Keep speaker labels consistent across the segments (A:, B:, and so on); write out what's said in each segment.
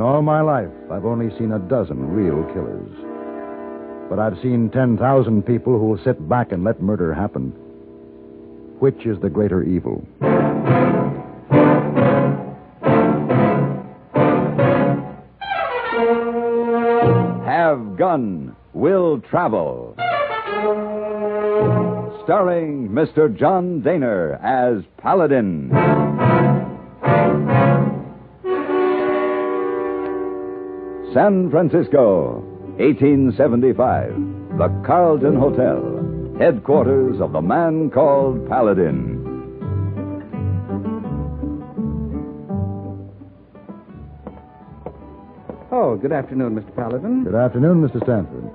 A: all my life, I've only seen a dozen real killers. But I've seen 10,000 people who'll sit back and let murder happen. Which is the greater evil? Have Gun Will Travel. Starring Mr. John Daner as Paladin. San Francisco, 1875. The Carlton Hotel, headquarters of the man called Paladin.
B: Oh, good afternoon, Mr. Paladin.
A: Good afternoon, Mr. Stanford.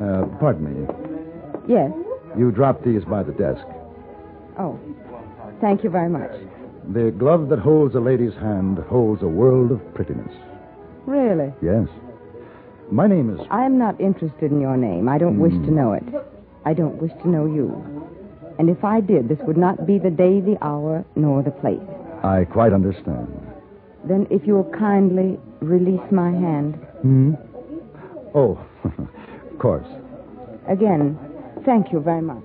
A: Uh, pardon me.
C: Yes.
A: You dropped these by the desk.
C: Oh. Thank you very much.
A: The glove that holds a lady's hand holds a world of prettiness.
C: Really?
A: Yes. My name is.
C: I'm not interested in your name. I don't wish to know it. I don't wish to know you. And if I did, this would not be the day, the hour, nor the place.
A: I quite understand.
C: Then if you'll kindly release my hand.
A: Hmm? Oh, of course.
C: Again, thank you very much.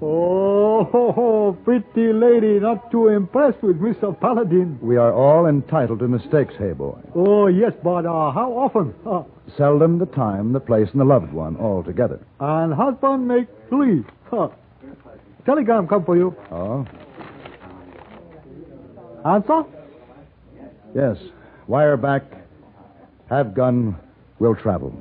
D: Oh, ho, ho, pretty lady, not too impressed with Mr. Paladin.
A: We are all entitled to mistakes, hey boy.
D: Oh, yes, but uh, how often? Uh,
A: Seldom the time, the place, and the loved one all together.
D: and husband make three. Huh. Telegram come for you.
A: Oh?
D: Answer?
A: Yes. Wire back. Have gun. Will travel.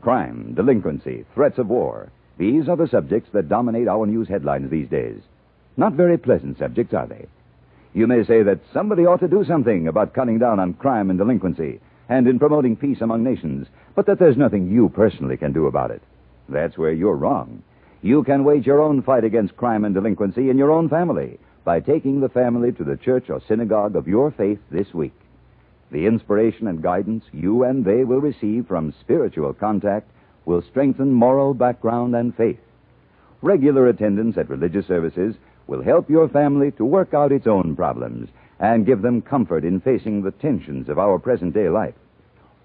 A: Crime, delinquency, threats of war. These are the subjects that dominate our news headlines these days. Not very pleasant subjects, are they? You may say that somebody ought to do something about cutting down on crime and delinquency and in promoting peace among nations, but that there's nothing you personally can do about it. That's where you're wrong. You can wage your own fight against crime and delinquency in your own family by taking the family to the church or synagogue of your faith this week. The inspiration and guidance you and they will receive from spiritual contact will strengthen moral background and faith. Regular attendance at religious services will help your family to work out its own problems and give them comfort in facing the tensions of our present day life.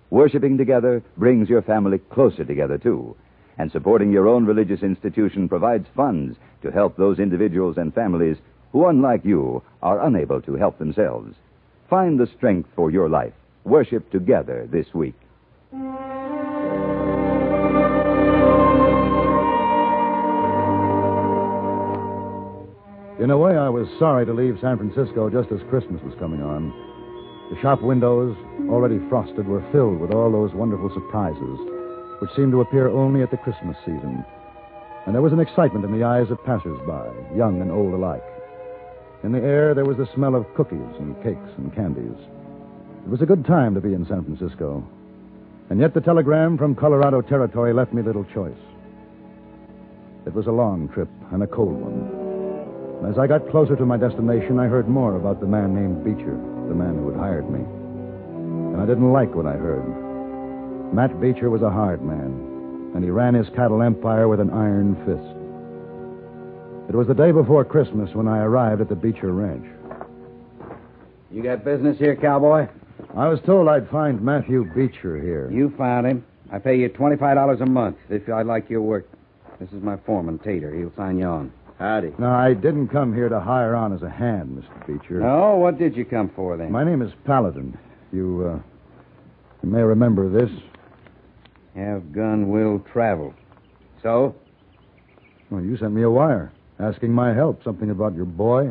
A: Worshipping together brings your family closer together, too. And supporting your own religious institution provides funds to help those individuals and families who, unlike you, are unable to help themselves. Find the strength for your life. Worship together this week. In a way, I was sorry to leave San Francisco just as Christmas was coming on. The shop windows, already frosted, were filled with all those wonderful surprises which seem to appear only at the Christmas season. And there was an excitement in the eyes of passersby, young and old alike. In the air, there was the smell of cookies and cakes and candies. It was a good time to be in San Francisco. And yet, the telegram from Colorado Territory left me little choice. It was a long trip and a cold one. And As I got closer to my destination, I heard more about the man named Beecher, the man who had hired me. And I didn't like what I heard. Matt Beecher was a hard man, and he ran his cattle empire with an iron fist. It was the day before Christmas when I arrived at the Beecher Ranch.
B: You got business here, cowboy?
A: I was told I'd find Matthew Beecher here.
B: You found him. I pay you $25 a month if I like your work. This is my foreman, Tater. He'll sign you on. Howdy.
A: No, I didn't come here to hire on as a hand, Mr. Beecher.
B: No, what did you come for then?
A: My name is Paladin. You, uh, you may remember this.
B: Have gun will travel. So?
A: Well, you sent me a wire asking my help, something about your boy.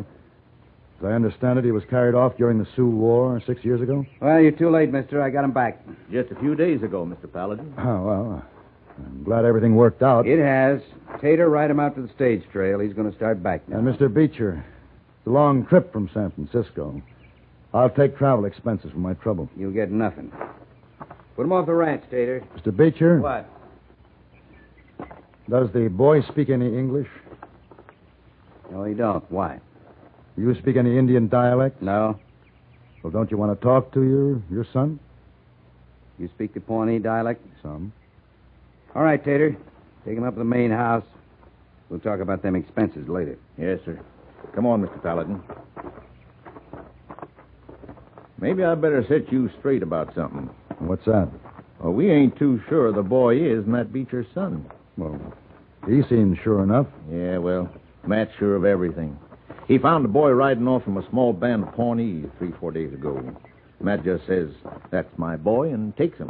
A: As I understand it, he was carried off during the Sioux War six years ago.
B: Well, you're too late, mister. I got him back.
E: Just a few days ago, Mr. Paladin.
A: Oh, well, I'm glad everything worked out.
B: It has. Tater, ride him out to the stage trail. He's going to start back now.
A: And Mr. Beecher, it's a long trip from San Francisco. I'll take travel expenses for my trouble.
B: You'll get nothing. Put him off the ranch, Tater.
A: Mr. Beecher,
B: What?
A: does the boy speak any English?
B: No, he don't. Why?
A: Do you speak any Indian dialect?
B: No.
A: Well, don't you want to talk to your, your son?
B: You speak the Pawnee dialect?
A: Some.
B: All right, Tater. Take him up to the main house. We'll talk about them expenses later.
F: Yes, sir. Come on, Mr. Paladin. Maybe I better set you straight about something.
A: What's that?
F: Well, we ain't too sure the boy is Matt Beecher's son.
A: Well, he seems sure enough.
F: Yeah, well, Matt's sure of everything. He found the boy riding off from a small band of Pawnees three, four days ago. Matt just says, That's my boy, and takes him.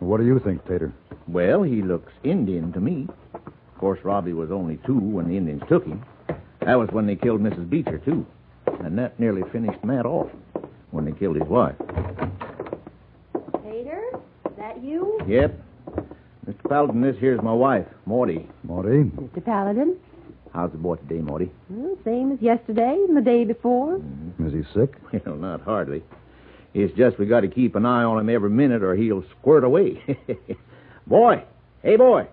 A: What do you think, Tater?
F: Well, he looks Indian to me. Of course, Robbie was only two when the Indians took him. That was when they killed Mrs. Beecher, too. And that nearly finished Matt off when they killed his wife.
C: Tater, is that you?
F: Yep. Mr. Paladin, this here's my wife, Morty.
A: Morty?
C: Mr. Paladin?
F: How's the boy today, Morty?
C: Well, same as yesterday and the day before.
A: Is he sick?
F: Well, not hardly. It's just we got to keep an eye on him every minute or he'll squirt away. boy! Hey, boy!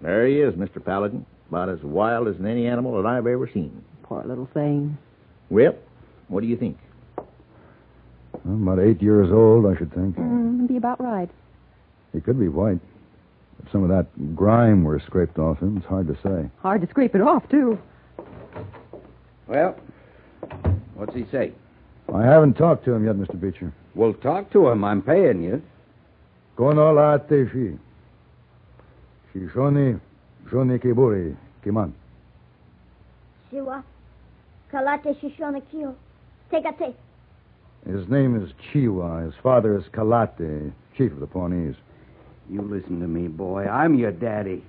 F: There he is, Mr. Paladin. About as wild as any animal that I've ever seen.
C: Poor little thing.
F: Well, what do you think?
A: I'm about eight years old, I should think.
C: Mm, be about right.
A: He could be white. If some of that grime were scraped off him, it's hard to say.
C: Hard to scrape it off, too.
B: Well, what's he say?
A: I haven't talked to him yet, Mr. Beecher.
B: Well, talk to him. I'm paying you.
A: Kono la teshi. Shishoni, shoni kiburi, kiman.
G: Siwa. Kalate Shishona Kio. Tegate.
A: His name is Chiwa. His father is Kalate, chief of the Pawnees.
B: You listen to me, boy. I'm your daddy.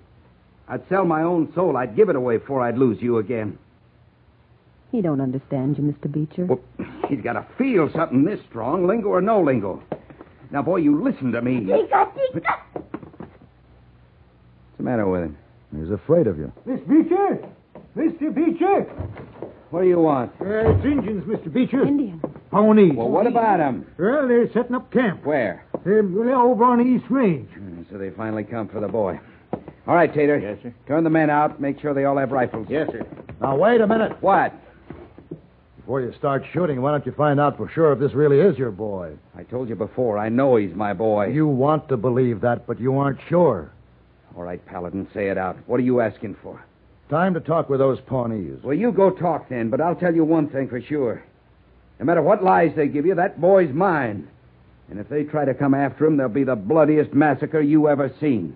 B: I'd sell my own soul. I'd give it away before I'd lose you again.
C: He don't understand you, Mr. Beecher.
B: Well, he's got to feel something this strong, lingo or no lingo. Now, boy, you listen to me. What's
G: Tika Tika.
B: the matter with him?
A: He's afraid of you.
D: Miss Beecher? Mr. Beecher?
B: What do you want?
D: Uh, it's Indians, Mr. Beecher.
C: Indian.
D: Ponies.
B: Well, what about him?
D: Well, they're setting up camp.
B: Where?
D: Um, well, over on the East Range.
B: So they finally come for the boy. All right, Tater.
F: Yes, sir.
B: Turn the men out. Make sure they all have rifles.
F: Yes, sir.
A: Now, wait a minute.
B: What?
A: Before you start shooting, why don't you find out for sure if this really is your boy?
B: I told you before. I know he's my boy.
A: You want to believe that, but you aren't sure.
B: All right, Paladin. Say it out. What are you asking for?
A: Time to talk with those Pawnees.
B: Well, you go talk then. But I'll tell you one thing for sure. No matter what lies they give you, that boy's mine. And if they try to come after him, there'll be the bloodiest massacre you ever seen.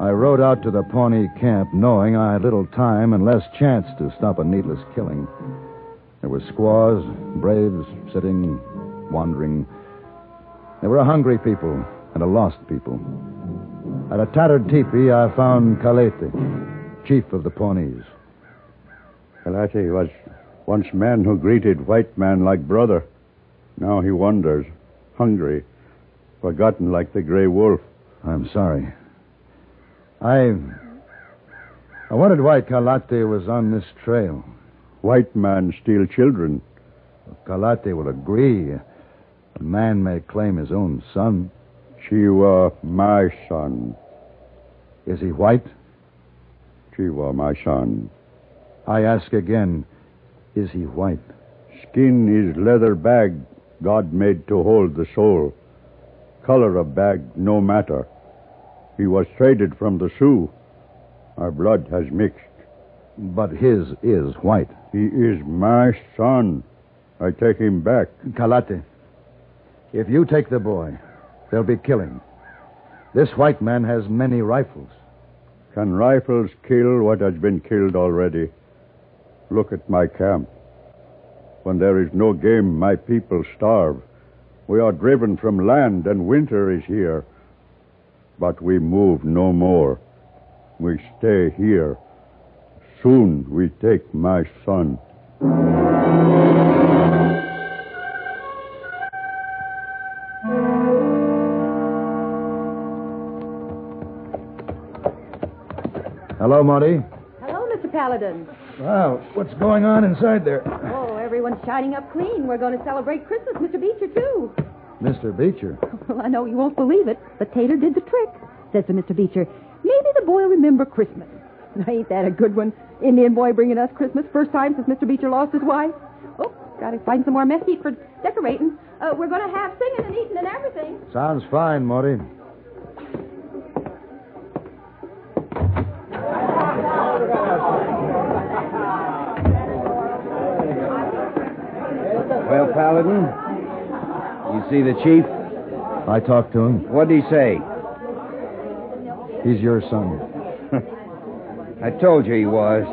A: I rode out to the Pawnee camp knowing I had little time and less chance to stop a needless killing. There were squaws, braves, sitting, wandering. There were a hungry people and a lost people. At a tattered teepee, I found Kalete, chief of the Pawnees.
H: Kalate was once man who greeted white man like brother. Now he wanders, hungry, forgotten like the gray wolf.
A: I'm sorry. I. I wondered why Kalate was on this trail.
H: White man steal children.
A: Kalate will agree. A man may claim his own son.
H: Chiwa, my son.
A: Is he white?
H: Chiwa, my son.
A: I ask again, is he white?
H: Skin is leather bag God made to hold the soul. Color of bag no matter. He was traded from the Sioux. Our blood has mixed.
A: But his is white.
H: He is my son. I take him back.
A: Kalate, if you take the boy, they'll be killing. This white man has many rifles.
H: Can rifles kill what has been killed already? Look at my camp. When there is no game, my people starve.
I: We are driven from land, and winter is here. But we move no more. We stay here. Soon we take my son.
A: Hello, Monty.
J: Hello, Mr. Paladin.
A: Wow, what's going on inside there?
J: Oh, everyone's shining up clean. We're going to celebrate Christmas, Mr. Beecher, too.
A: Mr. Beecher.
K: Well, I know you won't believe it, but Tater did the trick, says to Mr. Beecher. Maybe the boy'll remember Christmas. Ain't that a good one? Indian boy bringing us Christmas, first time since Mr. Beecher lost his wife. Oh, gotta find some more mess heat for decorating.
J: Uh, we're going to have singing and eating and everything.
A: Sounds fine, Monty.
B: Well, Paladin, you see the chief?
A: I talked to him.
B: What'd he say?
A: He's your son.
B: I told you he was.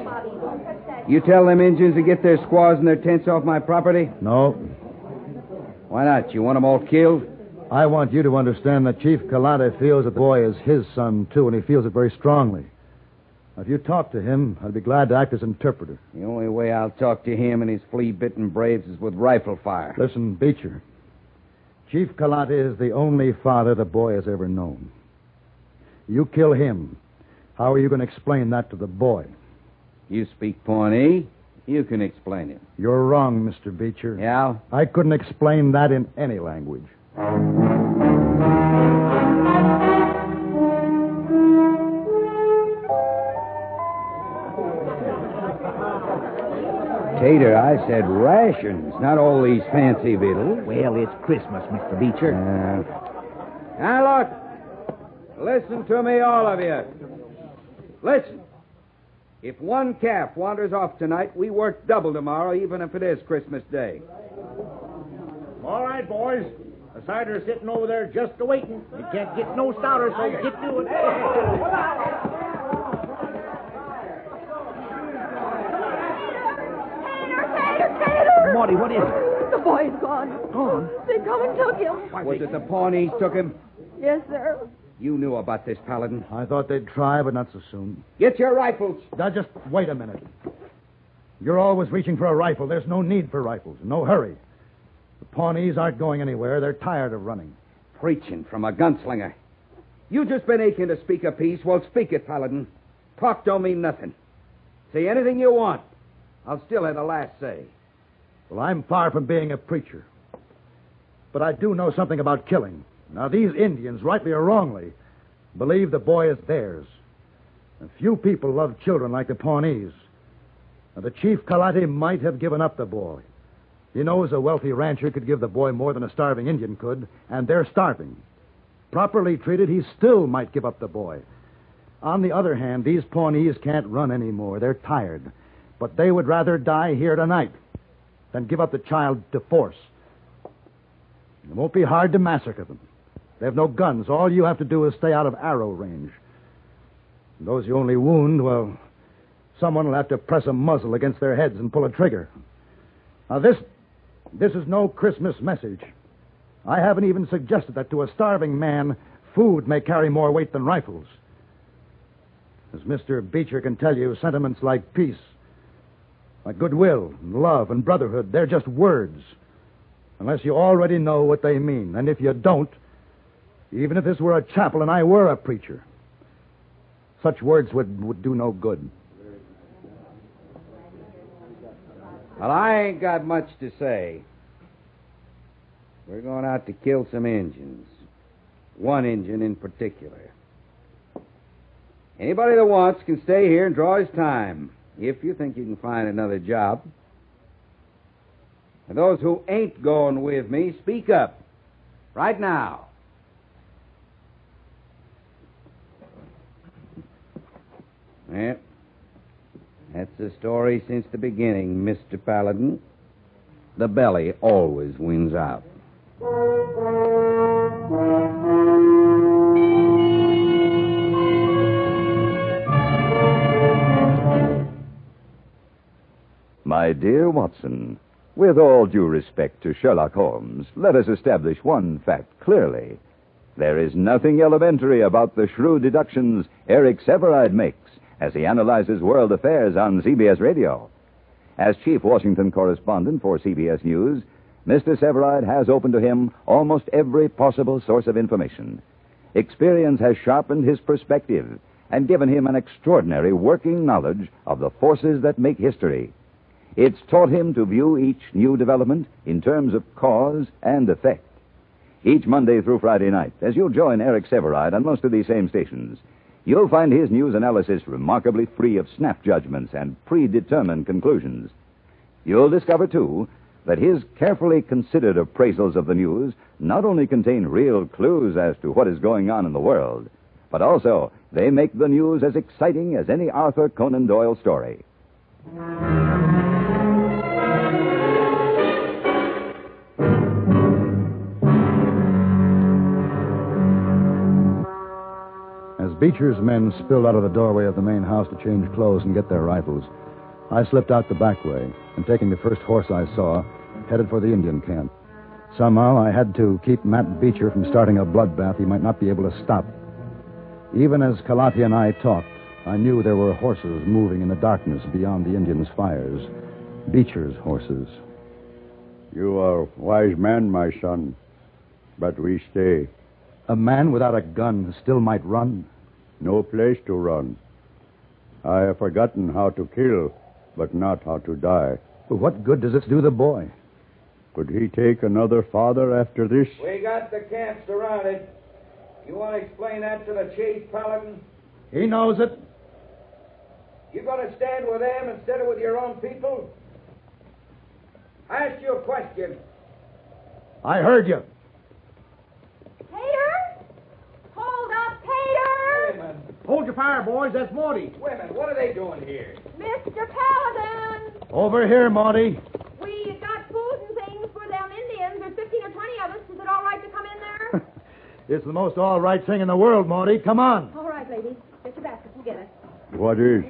B: You tell them Indians to get their squaws and their tents off my property?
A: No.
B: Why not? You want them all killed?
A: I want you to understand that Chief Calante feels that the boy is his son, too, and he feels it very strongly. If you talk to him, I'd be glad to act as interpreter.
B: The only way I'll talk to him and his flea bitten braves is with rifle fire.
A: Listen, Beecher. Chief Calante is the only father the boy has ever known. You kill him. How are you going to explain that to the boy?
B: You speak Pawnee. You can explain it.
A: You're wrong, Mr. Beecher.
B: Yeah?
A: I couldn't explain that in any language.
B: Tater, I said rations, not all these fancy victuals.
E: Well, it's Christmas, Mr. Beecher.
B: Now, look. Listen to me, all of you. Listen. If one calf wanders off tonight, we work double tomorrow, even if it is Christmas Day.
E: All right, boys. The cider's sitting over there just awaiting. You can't get no stouter, so get to it. Marty, what is it?
J: The boy's gone.
E: Gone?
J: They come and took him.
B: Was it the Pawnees took him?
J: Yes, sir.
B: You knew about this, Paladin.
A: I thought they'd try, but not so soon.
B: Get your rifles.
A: Now, just wait a minute. You're always reaching for a rifle. There's no need for rifles. No hurry. The Pawnees aren't going anywhere. They're tired of running.
B: Preaching from a gunslinger. You just been aching to speak a piece. Well, speak it, Paladin. Talk don't mean nothing. Say anything you want. I'll still have the last say.
A: Well, I'm far from being a preacher. But I do know something about killing. Now, these Indians, rightly or wrongly, believe the boy is theirs. And few people love children like the Pawnees. Now, the chief Kalate might have given up the boy. He knows a wealthy rancher could give the boy more than a starving Indian could, and they're starving. Properly treated, he still might give up the boy. On the other hand, these Pawnees can't run anymore. They're tired. But they would rather die here tonight than give up the child to force. It won't be hard to massacre them. They have no guns. All you have to do is stay out of arrow range. And those you only wound, well, someone will have to press a muzzle against their heads and pull a trigger. Now, this, this is no Christmas message. I haven't even suggested that to a starving man, food may carry more weight than rifles. As Mr. Beecher can tell you, sentiments like peace, like goodwill, and love, and brotherhood, they're just words. Unless you already know what they mean. And if you don't, even if this were a chapel and I were a preacher, such words would, would do no good.
B: Well, I ain't got much to say. We're going out to kill some Indians. One Indian in particular. Anybody that wants can stay here and draw his time if you think you can find another job. And those who ain't going with me, speak up. Right now. Yeah. That's the story since the beginning, Mr. Paladin. The belly always wins out.
F: My dear Watson, With all due respect to Sherlock Holmes, let us establish one fact clearly. There is nothing elementary about the shrewd deductions Eric Severide makes as he analyzes world affairs on CBS radio. As chief Washington correspondent for CBS News, Mr. Severide has open to him almost every possible source of information. Experience has sharpened his perspective and given him an extraordinary working knowledge of the forces that make history. It's taught him to view each new development in terms of cause and effect. Each Monday through Friday night, as you'll join Eric Severide on most of these same stations, you'll find his news analysis remarkably free of snap judgments and predetermined conclusions. You'll discover, too, that his carefully considered appraisals of the news not only contain real clues as to what is going on in the world, but also they make the news as exciting as any Arthur Conan Doyle story.
A: As Beecher's men spilled out of the doorway of the main house to change clothes and get their rifles, I slipped out the back way and, taking the first horse I saw, headed for the Indian camp. Somehow I had to keep Matt Beecher from starting a bloodbath he might not be able to stop. Even as Kalati and I talked, I knew there were horses moving in the darkness beyond the Indians' fires. Beecher's horses.
I: You are a wise man, my son, but we stay.
A: A man without a gun still might run.
I: No place to run. I have forgotten how to kill, but not how to die.
A: But what good does this do the boy?
I: Could he take another father after this?
B: We got the camp surrounded. You want to explain that to the chief, Paladin?
A: He knows it.
B: You going to stand with them instead of with your own people? I asked you a question.
A: I heard you.
J: Tater? Hold up, Tater!
B: Women,
E: Hold your fire, boys. That's Morty.
B: women, what are they doing here?
J: Mr. Paladin!
A: Over here, Marty.
J: We got food and things for them Indians. There's 15 or 20 of us. Is it all right to come in there?
A: It's the most all right thing in the world, Marty. Come on.
J: all right, ladies. Get your baskets and get it.
I: What is?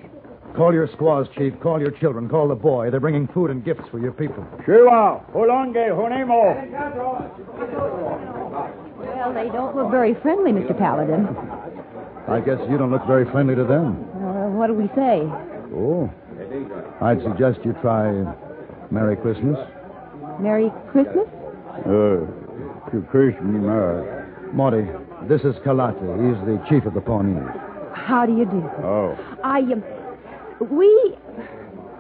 A: Call your squaws, Chief. Call your children. Call the boy. They're bringing food and gifts for your people.
I: Shiva, Holonge, Honemo.
K: Well, they don't look very friendly, Mr. Paladin.
A: I guess you don't look very friendly to them.
K: Uh, what do we say?
A: Oh. I'd suggest you try Merry Christmas.
K: Merry Christmas?
I: Uh, to Christian, uh,
A: Marty, this is Kalate. He's the chief of the Pawnees.
K: How do you do?
I: Oh.
K: I, um, we.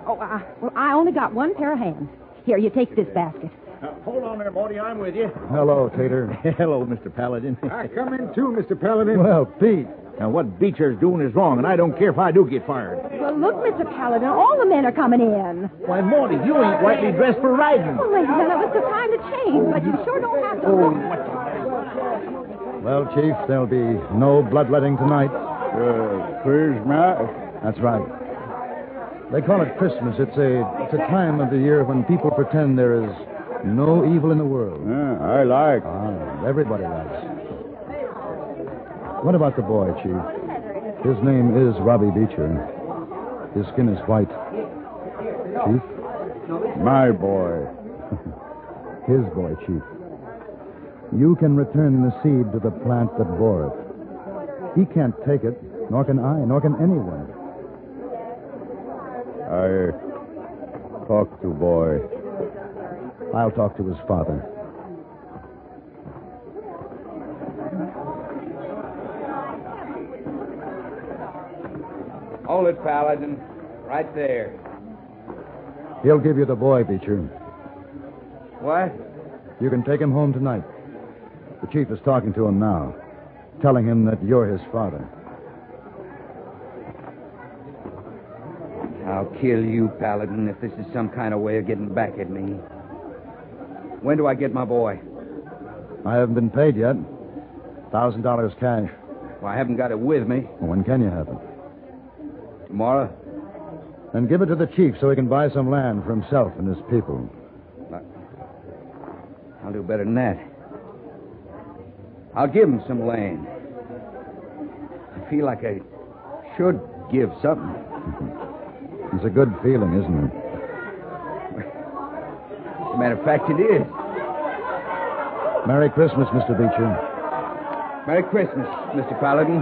K: Oh, I, well, I only got one pair of hands. Here, you take this basket.
E: hold on there, Morty. I'm with you.
A: Hello, Tater.
E: Hello, Mr. Paladin.
D: I come in too, Mr. Paladin.
A: Well, Pete.
E: Now, what Beecher's doing is wrong, and I don't care if I do get fired.
K: Well, look, Mr. Paladin, all the men are coming in.
E: Why, Morty, you ain't rightly dressed for riding.
K: Well, ladies, I know it's the time to change, but you sure don't have
C: Oh,
K: to. look.
A: Well, Chief, there'll be no bloodletting tonight.
I: uh, Christmas.
A: That's right. They call it Christmas. It's a it's a time of the year when people pretend there is no evil in the world.
I: Yeah, I like.
A: Ah, everybody likes. What about the boy, Chief? His name is Robbie Beecher. His skin is white. Chief?
I: My boy.
A: His boy, Chief. You can return the seed to the plant that bore it. He can't take it, nor can I, nor can anyone.
I: I talk to boy.
A: I'll talk to his father.
B: Hold it, Paladin. Right there.
A: He'll give you the boy, Beecher.
B: What?
A: You can take him home tonight. The chief is talking to him now, telling him that you're his father.
B: I'll kill you, Paladin, if this is some kind of way of getting back at me. When do I get my boy?
A: I haven't been paid yet. Thousand dollars cash.
B: Well, I haven't got it with me.
A: Well, When can you have it?
B: Tomorrow?
A: Then give it to the chief so he can buy some land for himself and his people.
B: I'll do better than that. I'll give him some land. I feel like I should give something.
A: It's a good feeling, isn't it?
B: Matter of fact, it is.
A: Merry Christmas, Mr. Beecher.
B: Merry Christmas, Mr. Paladin.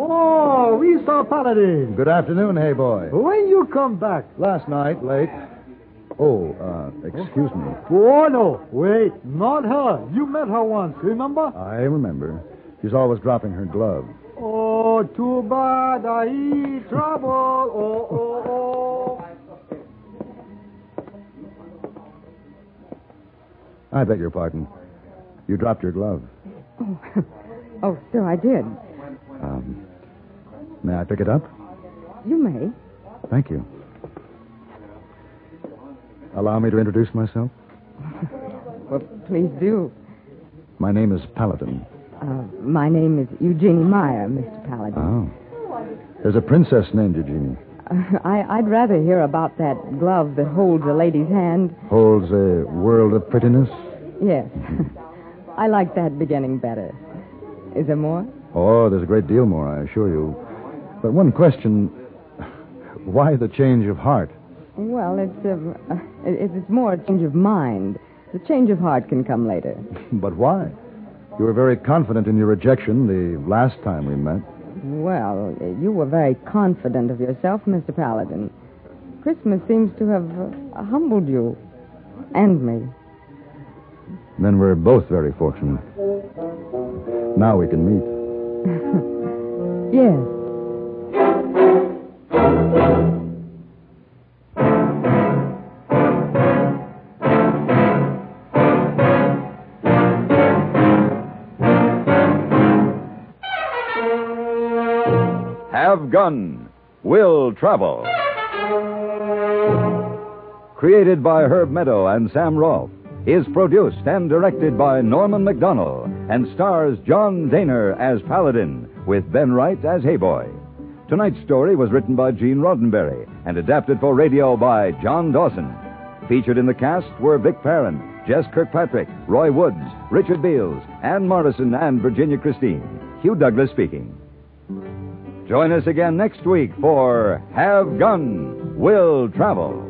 D: Oh, Mr. Paladin.
A: Good afternoon, hey boy.
D: When you come back?
A: Last night, late. Oh, uh, excuse me.
D: Oh, no. Wait, not her. You met her once, remember?
A: I remember. She's always dropping her glove.
D: Oh, too bad. I eat trouble. Oh, oh, oh.
A: I beg your pardon. You dropped your glove.
C: Oh, oh so I did.
A: Um, may I pick it up?
C: You may.
A: Thank you. Allow me to introduce myself.
C: Well, please do.
A: My name is Paladin.
C: Uh, my name is Eugenie Meyer, Mr. Paladin.
A: Oh. There's a princess named Eugenie.
C: Uh, I, I'd rather hear about that glove that holds a lady's hand.
A: Holds a world of prettiness.
C: Yes. I like that beginning better. Is there more?
A: Oh, there's a great deal more, I assure you. But one question why the change of heart?
C: Well, it's a, uh, it- it's more a change of mind. The change of heart can come later.
A: But why? You were very confident in your rejection the last time we met.
C: Well, you were very confident of yourself, Mr. Paladin. Christmas seems to have uh, humbled you and me.
A: Then we're both very fortunate. Now we can meet.
C: Yes.
F: Have Gun, Will Travel. Created by Herb Meadow and Sam Rolfe, is produced and directed by Norman McDonnell and stars John Daner as Paladin with Ben Wright as Hayboy. Tonight's story was written by Gene Roddenberry and adapted for radio by John Dawson. Featured in the cast were Vic Perrin, Jess Kirkpatrick, Roy Woods, Richard Beals, Ann Morrison, and Virginia Christine. Hugh Douglas speaking. Join us again next week for Have Gun, Will Travel.